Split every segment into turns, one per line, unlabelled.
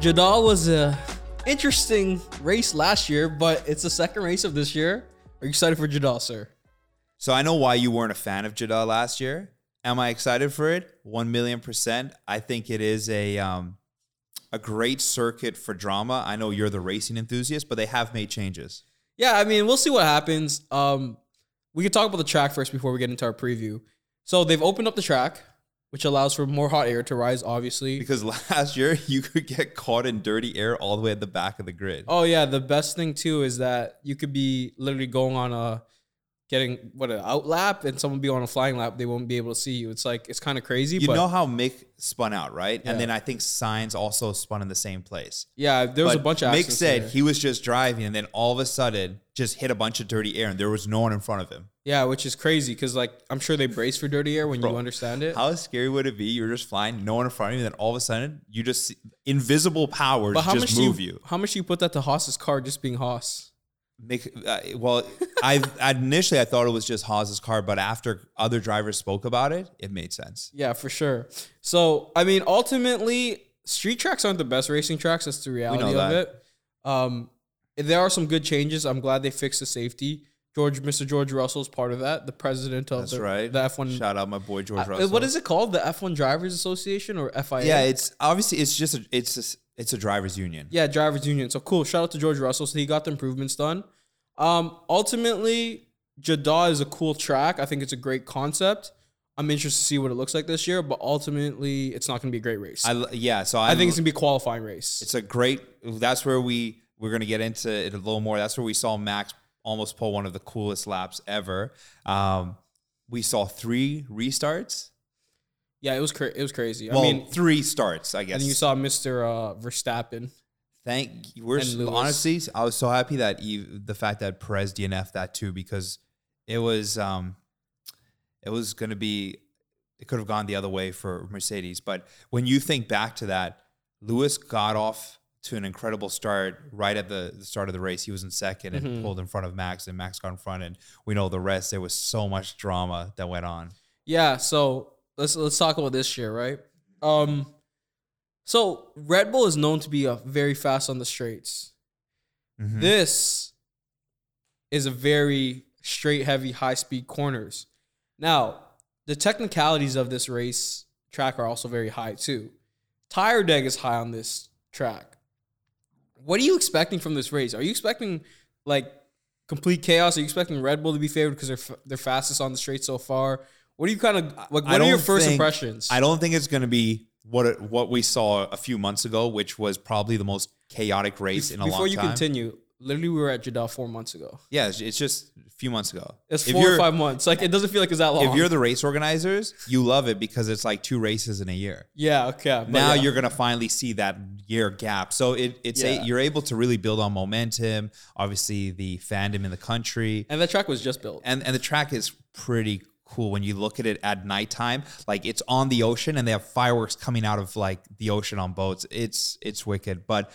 Jadal was a interesting race last year, but it's the second race of this year. Are you excited for Jadal, sir?
So I know why you weren't a fan of Jada last year. Am I excited for it? One million percent. I think it is a um, a great circuit for drama. I know you're the racing enthusiast, but they have made changes.
Yeah, I mean, we'll see what happens. Um, we could talk about the track first before we get into our preview. So they've opened up the track, which allows for more hot air to rise, obviously.
Because last year you could get caught in dirty air all the way at the back of the grid.
oh yeah, the best thing too is that you could be literally going on a getting what an out lap and someone be on a flying lap, they won't be able to see you. It's like it's kind of crazy,
you
but
know how Mick spun out, right?
Yeah.
And then I think Signs also spun in the same place.
yeah, there was a
But
bunch of
Mick
accidents
said
there.
he was just driving, and then all of a sudden just hit a bunch of dirty air, and there was no one in front of him.
Yeah, which is crazy because like I'm sure they brace for dirty air when you
Bro,
understand it.
How scary would it be? You're just flying, no one in front of you, and then all of a sudden you just see invisible powers
but how
just
much
move
do you,
you.
How much do you put that to Haas's car just being Haas?
Mick, uh, well, I initially I thought it was just Haas's car, but after other drivers spoke about it, it made sense.
Yeah, for sure. So I mean, ultimately, street tracks aren't the best racing tracks. That's the reality of
that.
it. Um, there are some good changes. I'm glad they fixed the safety. George, Mr. George Russell is part of that. The president of
That's
the,
right.
the F1.
Shout out my boy George
Uh,
Russell.
What is it called? The F1 Drivers Association or FIA?
Yeah, it's obviously it's just a, it's a, it's a drivers union.
Yeah, drivers union. So cool. Shout out to George Russell. So he got the improvements done. Um, ultimately, Jeddah is a cool track. I think it's a great concept. I'm interested to see what it looks like this year, but ultimately, it's not going to be a great race.
I
I,
l yeah, so I,
think it's going to be a qualifying race.
it's a great. That's where we we're gonna get into it a little more. That's where we saw Max almost pull one of the coolest laps ever. Um, we saw three restarts.
Yeah, it was cra- it was crazy.
well,
I mean,
three starts, I guess.
and you saw Mr. Uh, Verstappen.
Thank you. We're
And
s-
Lewis.
honestly, I was so happy that Eve, the fact that Perez DNF that too because it was um, it was going to be it could have gone the other way for Mercedes. But when you think back to that, Lewis got off to an incredible start right at the, the start of the race. He was in second and
Mhm.
pulled in front of Max, and Max got in front, and we know the rest. There was so much drama that went on.
Yeah, so let's let's talk about this year, right? Um, so Red Bull is known to be uh very fast on the straights.
Mhm.
This is a very straight, heavy, high speed corners. Now, the technicalities of this race track are also very high too. Tire deg is high on this track. What are you expecting from this race? Are you expecting like complete chaos? Are you expecting Red Bull to be favored because they're f- they're fastest on the straight so far? What are you kind of like?
I
What are your
don't
first
think-
impressions?
I don't think it's going to be what it, what we saw a few months ago, which was probably the most chaotic race in a
Before
long
you
time.
continue, literally, we were at Jeddah four months ago.
yeah, it's, it's just a few months ago.
It's
If
four or
you're-
five months. Like it doesn't feel like it's that long.
If you're the race organizers, you love it because it's like two races in a year.
yeah, okay. but
now
yeah.
you're going to finally see that year gap. So it, it's
Yeah.
a, you're able to really build on momentum. Obviously, the fandom in the country.
And that track was just built.
and and the track is pretty cool when you look at it at nighttime. Like it's on the ocean, and they have fireworks coming out of like the ocean on boats. It's it's wicked, but.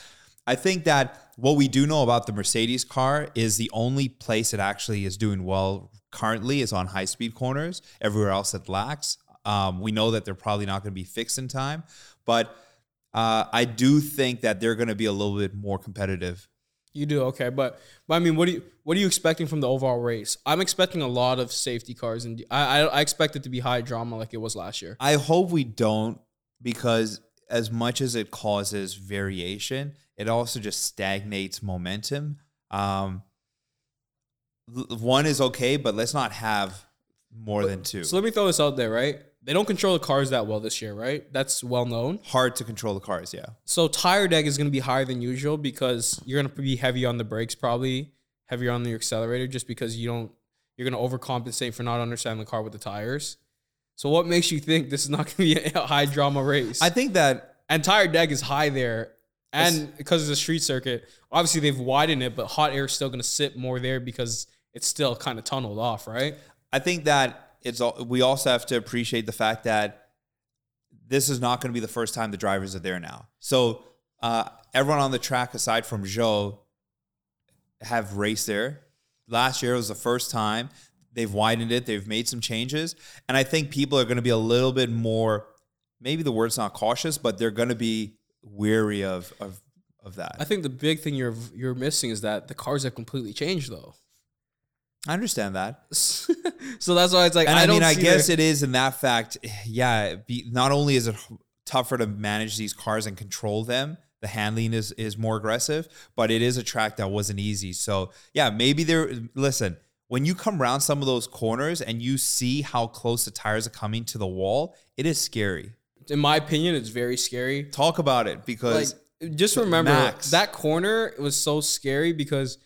I think that what we do know about the Mercedes car is the only place it actually is doing well currently is on high speed corners. Everywhere else it lacks. Um, we know that they're probably not going to be fixed in time, but uh, I do think that they're going to be a little bit more competitive.
You do okay, but but I mean, what do you what are you expecting from the overall race? I'm expecting a lot of safety cars, and I I, I expect it to be high drama like it was last year.
I hope we don't because as much as it causes variation, it also just stagnates momentum. Um, l- one is okay, but let's not have more than two.
So let me throw this out there, right? They don't control the cars that well this year, right? That's well known.
Hard to control the cars, yeah.
So tire deck is going to be higher than usual because you're going to be heavy on the brakes, probably heavier on the accelerator, just because you don't you're going to overcompensate for not understanding the car with the tires. So what makes you think this is not going to be a high drama race?
I think that
and tire deck is high there. And because it's a street circuit, obviously they've widened it, but hot air is still going to sit more there because it's still kind of tunneled off, right?
I think that it's all, we also have to appreciate the fact that this is not going to be the first time the drivers are there now. So uh, everyone on the track, aside from Joe, have raced there. Last year was the first time they've widened it. They've made some changes, and I think people are going to be a little bit more. Maybe the word's not cautious, but they're going to be weary of of of that.
I think the big thing you're you're missing is that the cars have completely changed though.
I understand that.
so that's why it's like
And
I,
I,
don't
mean, I
see
guess
their-
it is in that fact, yeah. it'd Be, not only is it h- tougher to manage these cars and control them, the handling is is more aggressive, but it is a track that wasn't easy. So yeah, maybe there. Listen, when you come around some of those corners and you see how close the tires are coming to the wall, it is scary.
in my opinion, it's very scary.
Talk about it
Like
because
just remember
Max.
that corner was so scary because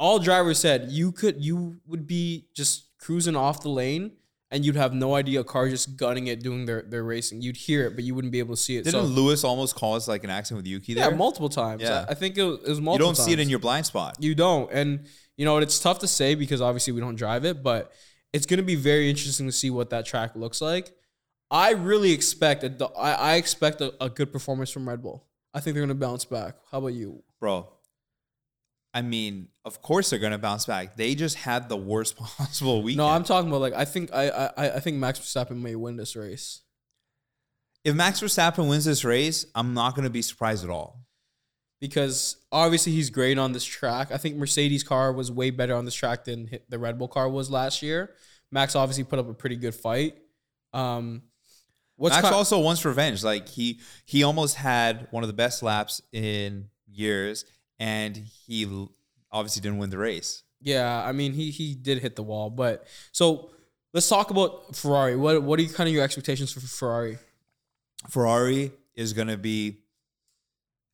all drivers said you could you would be just cruising off the lane and you'd have no idea a car just gunning it doing their, their racing. You'd hear it, but you wouldn't be able to see it.
didn't
so
Lewis almost cause like an accident with Yuki
yeah,
there?
multiple times.
Yeah.
I, I think it was, it was multiple
you don't see it
times.
in your blind spot.
You don't. And you know, it's tough to say because obviously we don't drive it, but it's going to be very interesting to see what that track looks like. I really expect a, I, I expect a, a good performance from Red Bull. I think they're going to bounce back. How about you?
bro. I mean, of course they're gonna bounce back. They just had the worst possible weekend.
No, I'm talking about like I think I I, I- I think Max Verstappen may win this race.
if Max Verstappen wins this race, I'm not gonna be surprised at all.
Because obviously he's great on this track. I think Mercedes car was way better on this track than hi- the Red Bull car was last year. Max obviously put up a pretty good fight. Um, what's
Max
ki-
also wants revenge. Like he he almost had one of the best laps in years, and he l- obviously didn't win the race.
Yeah, I mean he he did hit the wall, but so let's talk about Ferrari. What what are you kind of your expectations for Ferrari?
Ferrari is gonna be.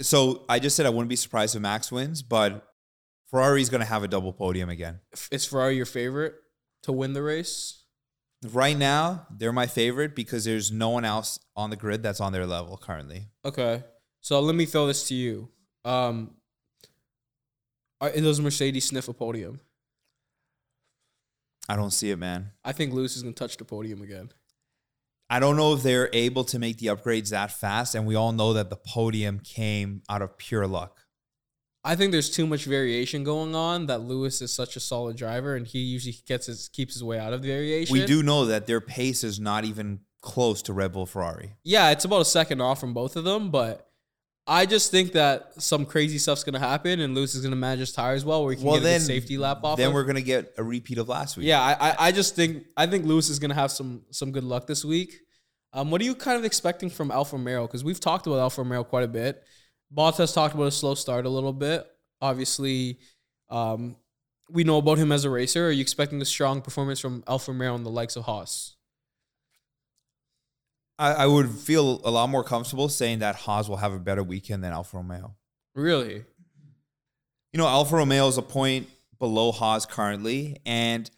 So I just said I wouldn't be surprised if Max wins, but Ferrari's gonna have a double podium again.
F- Is Ferrari your favorite to win the race?
Right now, they're my favorite because there's no one else on the grid that's on their level currently.
Okay, so let me throw this to you. Um, are, does Mercedes sniff a podium?
I don't see it, man.
I think Lewis is gonna touch the podium again.
I don't know if they're able to make the upgrades that fast. And we all know that the podium came out of pure luck.
I think there's too much variation going on. That Lewis is such a solid driver, and he usually gets his keeps his way out of the variation.
We do know that their pace is not even close to Red Bull Ferrari.
yeah, it's about a second off from both of them, but I just think that some crazy stuff's gonna happen and Lewis is gonna manage his tires well, where he can
Well,
get a good
then,
safety lap off.
then
of.
we're going to get a repeat of last week.
yeah, I, I I just think I think Lewis is gonna have some some good luck this week. Um, what are you kind of expecting from Alfa Romeo? Because we've talked about Alfa Romeo quite a bit. Bottas talked about a slow start a little bit. Obviously, um, we know about him as a racer. Are you expecting a strong performance from Alfa Romeo and the likes of Haas?
I, I would feel a lot more comfortable saying that Haas will have a better weekend than Alfa Romeo.
Really?
you know, Alfa Romeo is a point below Haas currently, and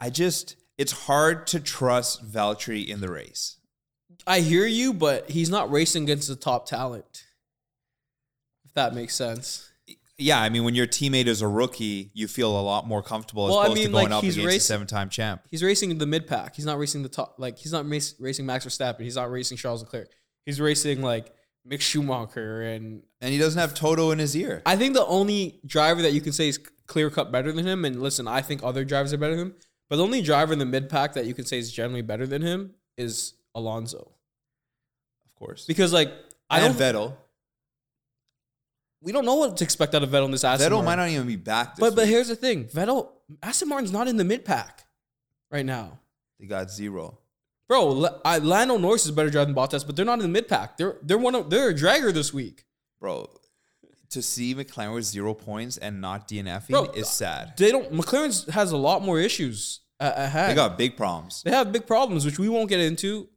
I just it's hard to trust Valtteri in the race.
I hear you, but he's not racing against the top talent. If that makes sense.
Yeah, I mean, when your teammate is a rookie, you feel a lot more comfortable as
Well, I
opposed to
mean,
going
like,
up
he's
against a
racing-
seven-time champ.
He's racing the mid pack. He's not racing the top. Like he's not race, racing Max Verstappen. He's not racing Charles Leclerc. He's racing like Mick Schumacher. And
And he doesn't have Toto in his ear.
I think the only driver that you can say is clear cut better than him. And listen, I think other drivers are better than him. But the only driver in the mid pack that you can say is generally better than him is Alonso.
of course.
Because like I
and
don't.
Vettel.
we don't know what to expect out of Vettel in this Aston.
Vettel
Martin.
might not even be back this
But but
week.
here's the thing, Vettel, Aston Martin's not in the mid pack right now,
They got zero.
bro. Le- I, Lionel Norris is a better driver than Bottas, but they're not in the mid pack. They're they're one of they're a dragger this week.
Bro, to see McLaren with zero points and not DNFing
Bro,
is sad.
They don't. McLaren has a lot more issues at, at hand.
They got big problems.
they have big problems, which we won't get into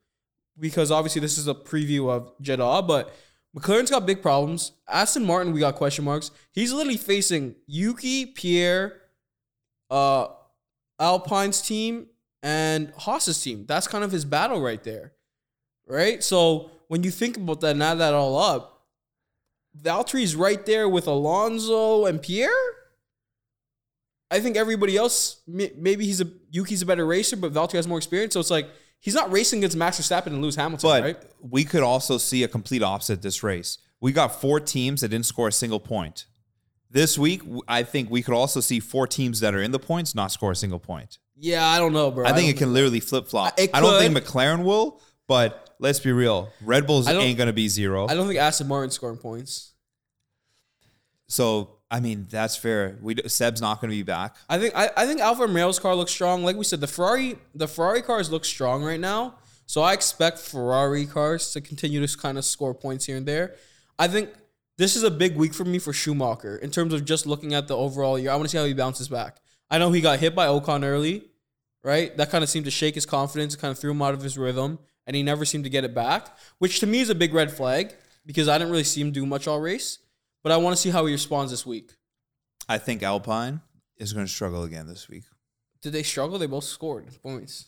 because obviously this is a preview of Jeddah. But McLaren's got big problems. Aston Martin, we got question marks. He's literally facing Yuki, Pierre, uh, Alpine's team, and Haas's team. That's kind of his battle right there, right? So when you think about that, and add that all up, Valtteri's right there with Alonso and Pierre. I think everybody else, may- maybe he's a Yuki's a better racer, but Valtteri has more experience. So it's like he's not racing against Max Verstappen and Lewis Hamilton,
But
right?
we could also see a complete opposite this race. We got four teams that didn't score a single point. This week, w- I think we could also see four teams that are in the points not score a single point.
Yeah, I don't know, bro.
I think
don't
it can literally flip flop.
It
I don't think
could.
McLaren will, but let's be real. Red Bulls
I don't-
ain't gonna be zero.
I don't think Aston Martin's scoring points.
so I mean, that's fair. We d- Seb's not gonna be back.
I think I, I think Alfa Romeo's car looks strong. Like we said, the Ferrari the Ferrari cars look strong right now. So I expect Ferrari cars to continue to kind of score points here and there. I think this is a big week for me for Schumacher in terms of just looking at the overall year. I want to see how he bounces back. I know he got hit by Ocon early, right? That kind of seemed to shake his confidence, kind of threw him out of his rhythm, and he never seemed to get it back, which to me is a big red flag because I didn't really see him do much all race. But I want to see how he responds this week.
I think Alpine is gonna struggle again this week.
Did they struggle? They both scored points.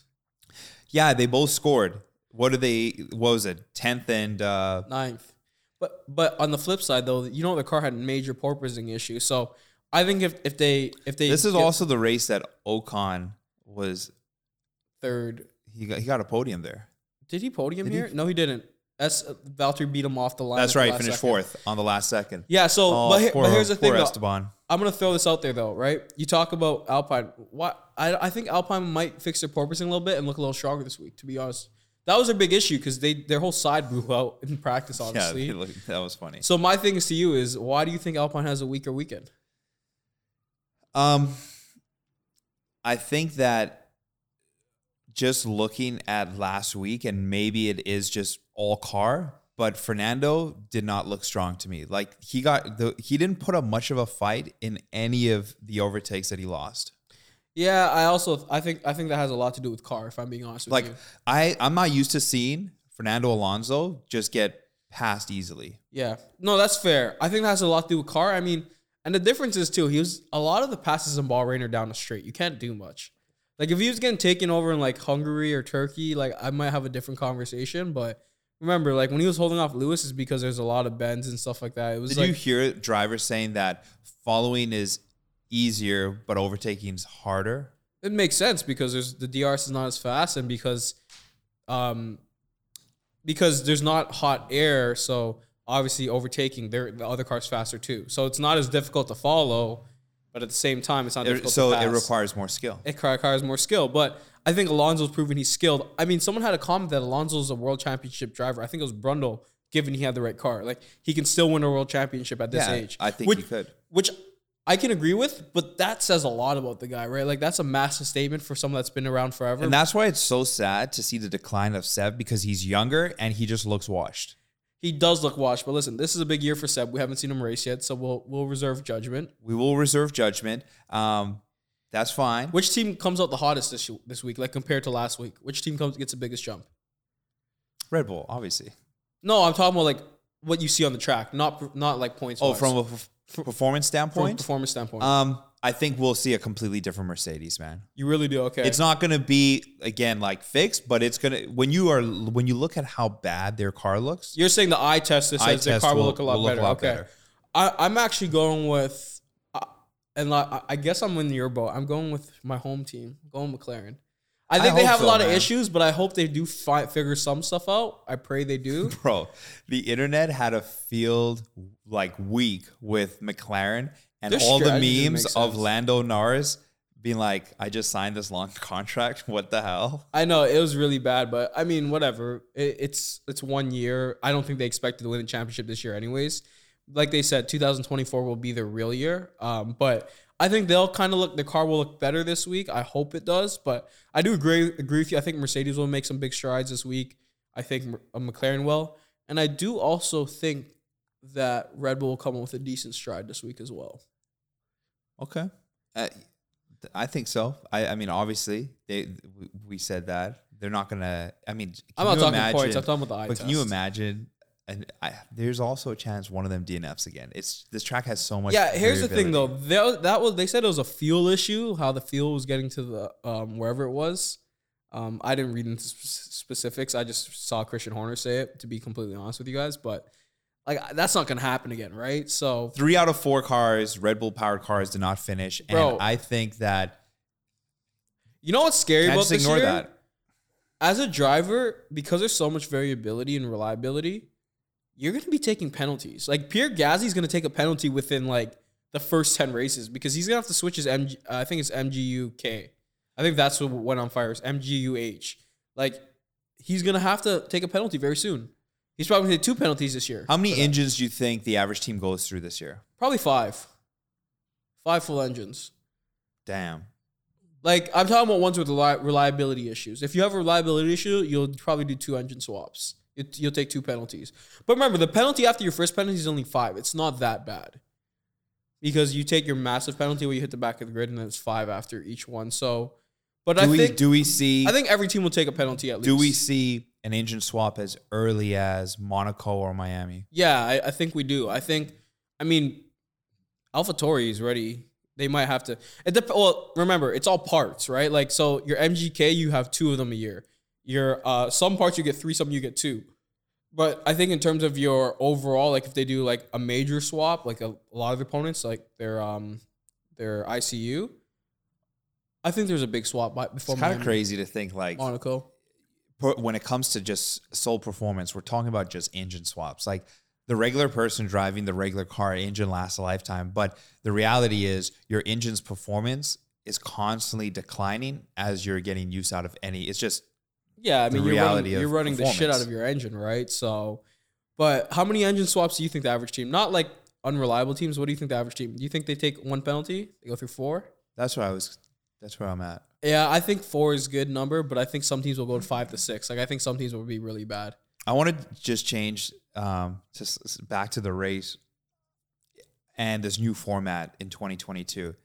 Yeah, they both scored. What are they? What was it? Tenth and uh,
ninth. But but on the flip side though, you know the car had major porpoising issues. So I think if, if they if they
this is
get
also the race that Ocon was.
third,
He got he got a podium there.
did he podium
Did he-
here? No, he didn't. S Valtteri beat him off the line. at
That's
the
right.
last
Finished
second.
fourth on the last second.
Yeah. So
Oh,
but, here-
poor,
but here's the
poor
thing though.
Esteban.
I'm gonna throw this out there though, right? You talk about Alpine. Why I I think Alpine might fix their porpoising a little bit and look a little stronger this week. To be honest, that was a big issue because they their whole side blew out in practice.
Yeah,
Obviously.
they look- that was funny.
so my thing is to you is why do you think Alpine has a weaker weekend?
Um, I think that just looking at last week, and maybe it is just all car, but Fernando did not look strong to me. Like he got the he didn't put up much of a fight in any of the overtakes that he lost.
Yeah, I also I think I think that has a lot to do with car. If I'm being honest with
Like
you,
I I'm not used to seeing Fernando Alonso just get passed easily.
yeah, no, that's fair. I think that has a lot to do with car. I mean, and the difference is too. He was a lot of the passes in Bahrain are down the straight. You can't do much. Like if he was getting taken over in like Hungary or Turkey, like I might have a different conversation. But remember, like when he was holding off Lewis, is because there's a lot of bends and stuff like that. It was
Did
like
you hear drivers saying that following is easier, but overtaking is harder?
it makes sense because there's the DRS is not as fast and because um because there's not hot air, so obviously overtaking there the other car's faster too. So it's not as difficult to follow, but at the same time it's not
It-
difficult
so
to pass.
it requires more skill.
it requires more skill, but I think Alonso's proven he's skilled. I mean, someone had a comment that Alonso's a world championship driver. I think it was Brundle, given he had the right car. Like he can still win a world championship at this
Yeah,
age.
I think
which,
he could.
which I can agree with, but that says a lot about the guy, right? Like that's a massive statement for someone that's been around forever.
And that's why it's so sad to see the decline of Seb because he's younger and he just looks washed.
he does look washed, but listen, this is a big year for Seb. We haven't seen him race yet, so we'll we'll reserve judgment.
We will reserve judgment. Um, that's fine.
Which team comes out the hottest this this week, like compared to last week? Which team comes gets the biggest jump?
Red Bull, obviously.
No, I'm talking about like what you see on the track, not not like points.
Oh,
wise.
from a perf- performance
from a
standpoint,
performance standpoint.
um, I think we'll see a completely different Mercedes, man.
you really do okay.
It's not going to be again like fixed, but it's gonna when you are when you look at how bad their car looks.
You're saying the eye test that
eye
says their
test
car will look a lot better. okay,
better.
I, I'm actually going with, uh, and li- I, I guess I'm in your boat. I'm going with my home team, going McLaren. I think they
hope
have
so,
a lot of
man.
issues, but I hope they do fi- figure some stuff out. I pray they do.
Bro, the internet had a field like week with McLaren and
Their
all the
strategy doesn't
memes
make
of
sense.
Lando Norris being like, I just signed this long contract. What the hell?
I know it was really bad, but I mean, whatever. It, it's it's one year. I don't think they expected to win the championship this year, anyways. Like they said, 2024 will be their real year. Um, but I think they'll kind of look. The car will look better this week. I hope it does. But I do agree agree with you. I think Mercedes will make some big strides this week. I think M- uh, McLaren will, and I do also think that Red Bull will come up with a decent stride this week as well.
Okay. Uh, th- I think so. I, I mean, obviously, they we- we said that. They're not going to. I mean, can
I'm not
you
talking
imagine,
points. I'm talking about the eye
But
test.
can you imagine? And I, there's also a chance one of them DNFs again. It's This track has so much.
Yeah, here's the thing
variability.
though. That, that was they said it was a fuel issue. How the fuel was getting to the um, wherever it was. Um, I didn't read into sp- specifics. I just saw Christian Horner say it. To be completely honest with you guys, but like that's not gonna happen again, right? So
three out of four cars, Red Bull powered cars, did not finish.
Bro.
And I think that
you know what's scary
I
about
just
this
ignore
year?
that.
As a driver, because there's so much variability and reliability, you're gonna be taking penalties. Like Pierre Gasly's gonna take a penalty within like the first ten races because he's gonna have to switch his MG. Uh, I think it's MGUK. I think that's what went on fire. Is MGUH. Like he's gonna have to take a penalty very soon. He's probably gonna take two penalties this year.
How many engines do you think the average team goes through this year?
Probably five, five full engines.
Damn.
Like I'm talking about ones with reli- reliability issues. If you have a reliability issue, you'll probably do two engine swaps. You- You'll take two penalties. But remember, the penalty after your first penalty is only five. It's not that bad because you take your massive penalty where you hit the back of the grid, and then it's five after each one. So, but I
do we
think
do we see
I think every team will take a penalty at least.
do we see an engine swap as early as Monaco or Miami?
Yeah, I, I think we do. I think, I mean, AlphaTauri is ready. They might have to. It dep- well, remember, it's all parts, right? Like, so your MGK, you have two of them a year. Your uh, some parts you get three, some you get two. But I think in terms of your overall, like if they do like a major swap, like a, a lot of opponents, like their um their ICU, I think there's a big swap by, before
It's kind of
Miami-
crazy to think like
Monaco.
per- when it comes to just sole performance, we're talking about just engine swaps. Like the regular person driving the regular car, engine lasts a lifetime. But the reality is your engine's performance is constantly declining as you're getting use out of any. It's just
Yeah, I
the
mean,
reality
you're running, you're running
of
the shit
performance.
out of your engine, right? So, but how many engine swaps do you think the average team, not like unreliable teams, what do you think the average team? Do you think they take one penalty? They go through four?
that's where I was. That's where I'm at.
Yeah, I think four is a good number, but I think some teams will go to five to six. Like, I think some teams will be really bad.
I want to just change um, just s- back to the race and this new format in 2022.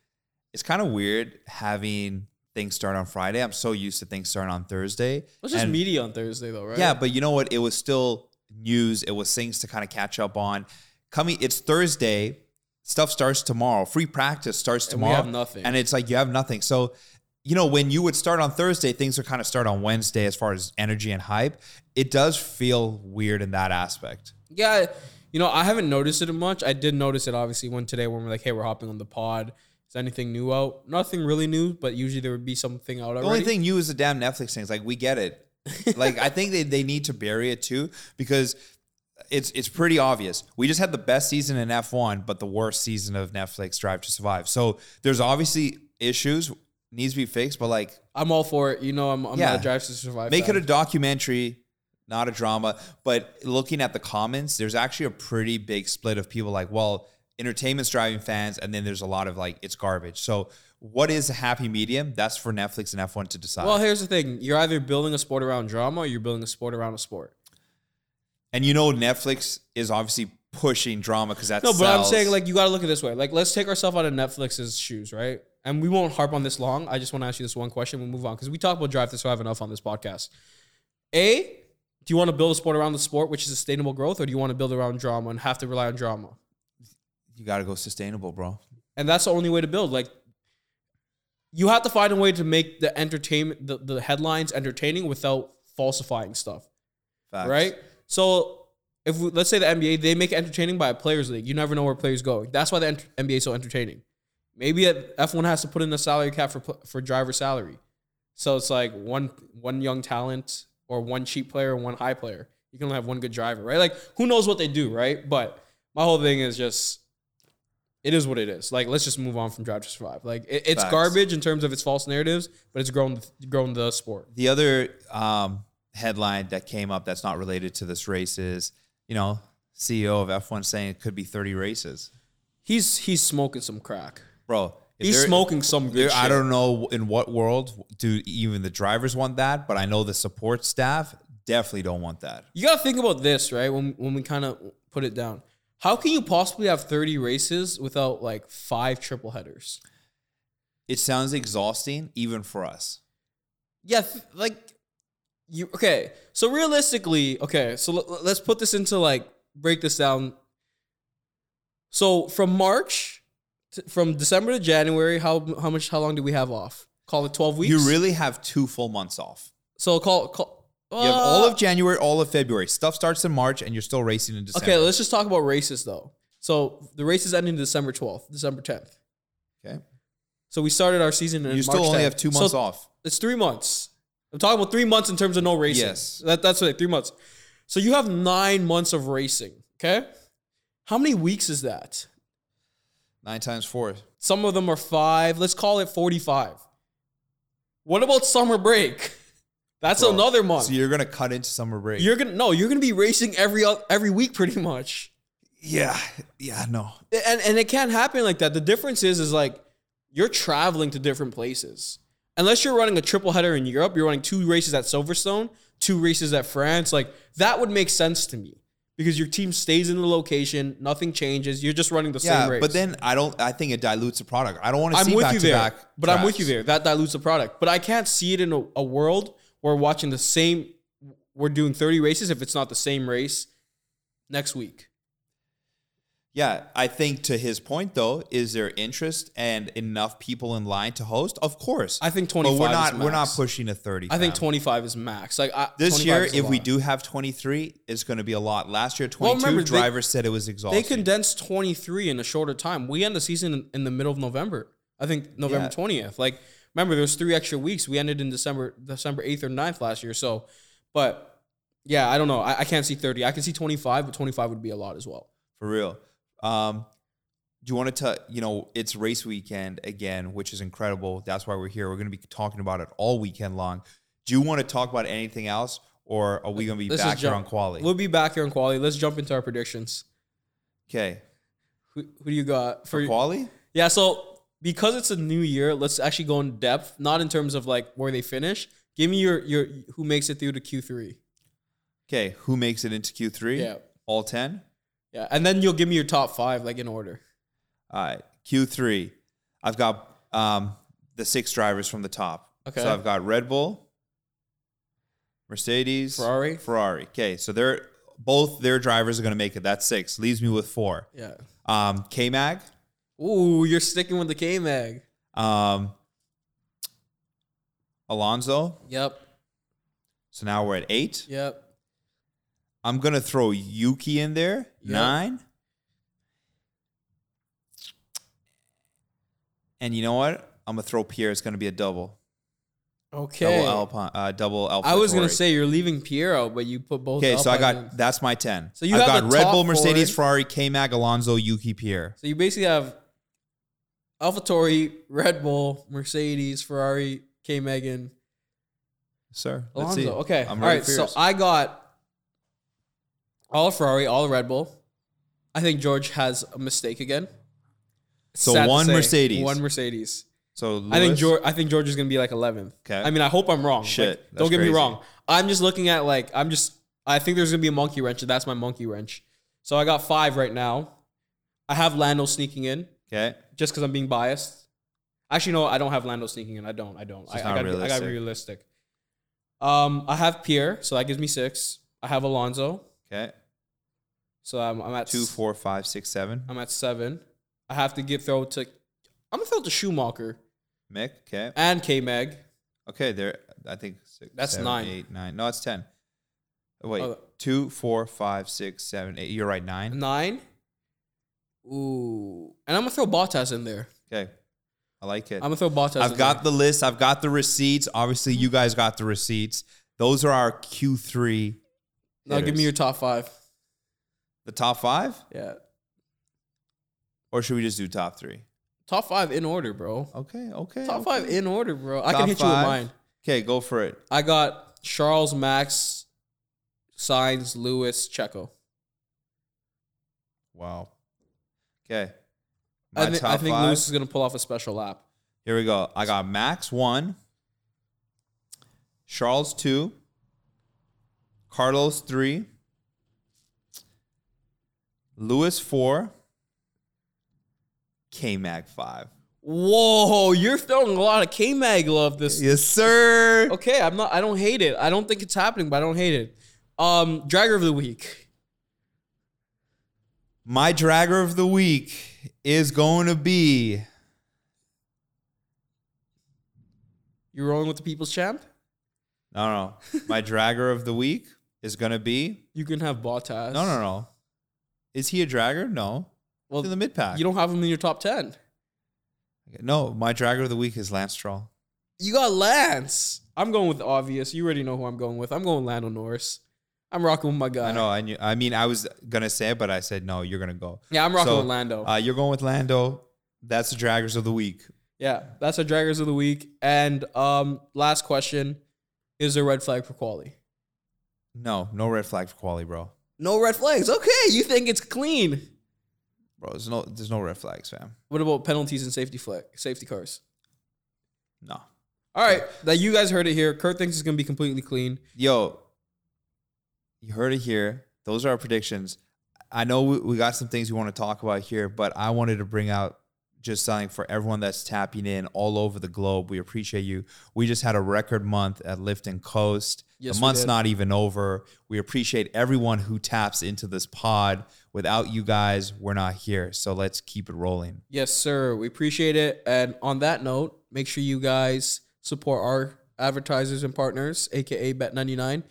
It's kind of weird having things start on Friday. I'm so used to things starting on Thursday.
Let's just
And-
media on Thursday, though, right?
Yeah, but you know what? It was still news. It was things to kind of catch up on. Coming, it's Thursday. Stuff starts tomorrow. Free practice starts
And we
tomorrow.
have nothing.
And it's like you have nothing. So, you know, when you would start on Thursday, things would kind of start on Wednesday as far as energy and hype. It does feel weird in that aspect.
Yeah, you know, I haven't noticed it much. I did notice it obviously one today when we're like, hey, we're hopping on the pod. Is anything new out? Nothing really new, but usually there would be something out already.
The only thing new is the damn Netflix things. Like we get it. like I think they, they need to bury it too because it's it's pretty obvious. We just had the best season in F1, but the worst season of Netflix Drive to Survive. So there's obviously issues needs to be fixed, but like
I'm all for it. You know, I'm, I'm
Yeah.
not a drive to survive.
make
fan.
it a documentary, not a drama. But looking at the comments, there's actually a pretty big split of people like, well, entertainment's driving fans, and then there's a lot of like it's garbage. So what is a happy medium? That's for Netflix and F1 to decide.
Well, here's the thing: you're either building a sport around drama, or you're building a sport around a sport.
And you know Netflix is obviously pushing drama because that's
No, but I'm saying like you got to look at it this way. Like, let's take ourselves out of Netflix's shoes, right? And we won't harp on this long. I just want to ask you this one question. We'll move on because we talk about drive to survive enough on this podcast. A, do you want to build a sport around the sport, which is sustainable growth, or do you want to build around drama and have to rely on drama?
you got to go sustainable, bro.
and that's the only way to build like you have to find a way to make the entertainment the, the headlines entertaining without falsifying stuff
Facts.
right so if we, let's say the nba they make it entertaining by a players league you never know where players go that's why the ent- nba is so entertaining maybe a- f1 has to put in a salary cap for pl- for driver salary so it's like one one young talent or one cheap player and one high player you can only have one good driver right like who knows what they do right but my whole thing is just it is what it is. Like, let's just move on from Drive to Survive. Like, it, it's
Facts.
garbage in terms of its false narratives, but it's grown, grown the sport.
The other um, headline that came up that's not related to this race is, you know, CEO of F1 saying it could be 30 races.
He's he's smoking some crack.
Bro, if
He's
there-
smoking some good.
there- I
shit.
don't know in what world do even the drivers want that, but I know the support staff definitely don't want that.
You gotta think about this, right? When when we kind of put it down, how can you possibly have thirty races without like five triple headers?
It sounds exhausting even for us.
Yeah, th- like you. Okay, so realistically, okay, so l- l- let's put this into like break this down. So from March, to, from December to January, how how much how long do we have off? Call it twelve weeks.
You really have two full months off.
so call call.
You have all
Uh,
of January, all of February. Stuff starts in March, and you're still racing in December.
Okay, let's just talk about races though. So the races ending December twelfth, December tenth.
Okay.
So we started our season. In
You still
March
only
10th.
have two
So
months off.
It's three months. I'm talking about three months in terms of no racing.
Yes.
that, that's right. Three months. So you have nine months of racing. Okay, how many weeks is that?
Nine times four.
Some of them are five. Let's call it forty-five. What about summer break? That's
Bro,
another month.
So you're gonna cut into summer break.
You're gonna no, you're gonna be racing every oth- every week pretty much,
yeah, yeah, no,
and and it can't happen like that. The difference is is like you're traveling to different places. Unless you're running a triple header in Europe, you're running two races at Silverstone, two races at France. Like that would make sense to me because your team stays in the location, nothing changes. You're just running the
yeah.
same race.
But then I don't. I think it dilutes the product. I don't want to
I'm
see
with
back
you
to
there,
back.
but I'm with you there. That dilutes the product. But I can't see it in a, a world where we're watching the same. We're doing 30 races if it's not the same race next week.
Yeah, I think to his point though, is there interest and enough people in line to host? Of course,
I think 25
but we're not
is
we're not
max.
pushing to thirty.
I think
fam.
25 is max. Like I,
This
25
year,
is a
if we
lot.
do have 23, it's going to be a lot. Last year, 22,
Well, remember, they-
drivers said it was exhausting.
they condensed 23 in a shorter time. We end the season in, in the middle of November. I think November
Yeah.
20th. Like remember there's three extra weeks. We ended in December December 8th or 9th last year. So, but yeah, I don't know. I, I can't see 30. I can see 25, but 25 would be a lot as well.
For real. Um, do you want to tell, you know, it's race weekend again, which is incredible. That's why we're here. We're going to be talking about it all weekend long. Do you want to talk about anything else or are we going to be
Let's just
back here
jump-
on quality?
We'll be back here on quality. Let's jump into our predictions.
okay.
Who, who do you got
For quality?
Yeah, so because it's a new year, let's actually go in depth, not in terms of like where they finish. Give me your your who makes it through to Q three.
Okay. Who makes it into Q3?
Yeah.
All 10?
Yeah, and then you'll give me your top five like in order.
All right. Q3. I've got um, the six drivers from the top.
Okay.
So I've got Red Bull, Mercedes,
Ferrari?
Ferrari. Okay. So they're both their drivers are going to make it. That's six. Leaves me with four.
Yeah.
Um, K Mag.
Ooh, you're sticking with the K Mag.
Um, Alonso.
Yep.
So now we're at eight.
Yep.
I'm gonna throw Yuki in there.
Yeah.
Nine. And you know what? I'm gonna throw Pierre. It's gonna be a double.
Okay.
Double Alpine. Uh, double Alpha.
I was gonna say you're leaving Piero, but you put both.
Okay, so I
Alpine
got
in.
that's my ten.
So you
I've
have
got
the
Red
top
Bull, Mercedes,
four.
Ferrari, K Mag, Alonso, Yuki, Pierre.
So you basically have AlphaTauri, Red Bull, Mercedes, Ferrari, K Megan,
Sir, let's see.
Alonso. Okay.
I'm
all
ready
right.
for
So
yours.
I got all Ferrari, all Red Bull. I think George has a mistake again.
So
to
one
say,
Mercedes.
One Mercedes.
so
I think
Lewis,
George. I think George is gonna be like eleventh.
Okay.
I mean, I hope I'm wrong. Like,
Shit, that's
don't get
crazy.
me wrong. I'm just looking at like I'm just. I think there's gonna be a monkey wrench. And that's my monkey wrench. So I got five right now. I have Lando sneaking in
Okay,
just because I'm being biased. Actually, no, I don't have Lando sneaking in. I don't. I don't.
It's
I, I
just not
gotta, be- I gotta be
realistic.
realistic. Um, I have Pierre, so that gives me six. I have Alonso,
okay.
so I'm, I'm at
Two,
s-
four, five, six, seven.
I'm at seven. I have to get throw to. I'm gonna throw to Schumacher
Mick. Okay.
and K Meg.
Okay, there. I think six,
That's
seven,
nine.
eight, nine. No, it's ten. Wait,
Oh.
two, four, five, six, seven, eight. You're right, nine.
nine. Ooh, and I'm gonna throw Bottas in there.
Okay, I like it.
I'm gonna throw Bottas.
I've
in
got
there.
the list. I've got the receipts. Obviously, you guys got the receipts. Those are our Q three.
now. Give me your top five.
the top five,
Yeah,
or should we just do top three?
top five in order, bro.
Okay, okay.
Top
okay.
five in order, bro. I
Top
can hit you with
five.
mine.
Okay, go for it.
I got Charles Max, Signs, Lewis, Checo.
Wow. Okay. My
I, thi-
top
I think
five.
Lewis is gonna pull off a special lap.
Here we go. I got Max one, Charles two, Carlos three, Lewis four, K Mag five.
Whoa, you're throwing a lot of K Mag love this.
Yes, sir.
Okay, I'm not. I don't hate it. I don't think it's happening, but I don't hate it. Um, dragger of the week.
My dragger of the week is going to be
You're rolling with the people's champ.
no, no. My dragger of the week is going to be
You can have Bottas.
no, no, no. Is he a dragger? No,
Well,
in the mid pack.
You don't have him in your top 10.
No, my dragger of the week is Lance Stroll.
You got Lance. I'm going with the obvious. You already know who I'm going with. I'm going Lando Norris. I'm rocking with my guy.
I know. I knew. I mean, I was gonna say it, but I said no. You're gonna go.
Yeah, I'm rocking
So,
with Lando.
Uh, you're going with Lando. That's the draggers of the week.
yeah, that's our Draggers of the Week. And um, last question is a red flag for quality.
No, no red flag for quality, bro.
No red flags. Okay, you think it's clean.
Bro, there's no there's no red flags, fam.
What about penalties and safety flag safety cars?
No.
All right, that you guys heard it here. Kurt thinks it's gonna be completely clean.
Yo, you heard it here. Those are our predictions. I know we, we got some things we want to talk about here, but I wanted to bring out just something for everyone that's tapping in all over the globe. We appreciate you. We just had a record month at Lift and Coast.
Yes,
the
we
month's
did.
not even over. We appreciate everyone who taps into this pod. Without you guys, we're not here. So let's keep it rolling.
Yes, sir. We appreciate it. And on that note, make sure you guys support our advertisers and partners, aka Bet99.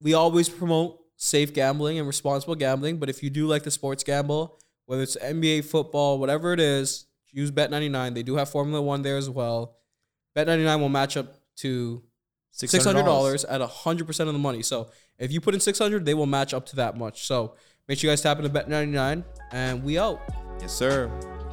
We always promote safe gambling and responsible gambling, but if you do like the sports gamble, whether it's NBA football, whatever it is, use Bet99. They do have Formula 1 there as well. Bet99 will match up to $600 at 100% of the money. So if you put in 600, they will match up to that much. So make sure you guys tap into Bet99 and we out.
Yes, sir.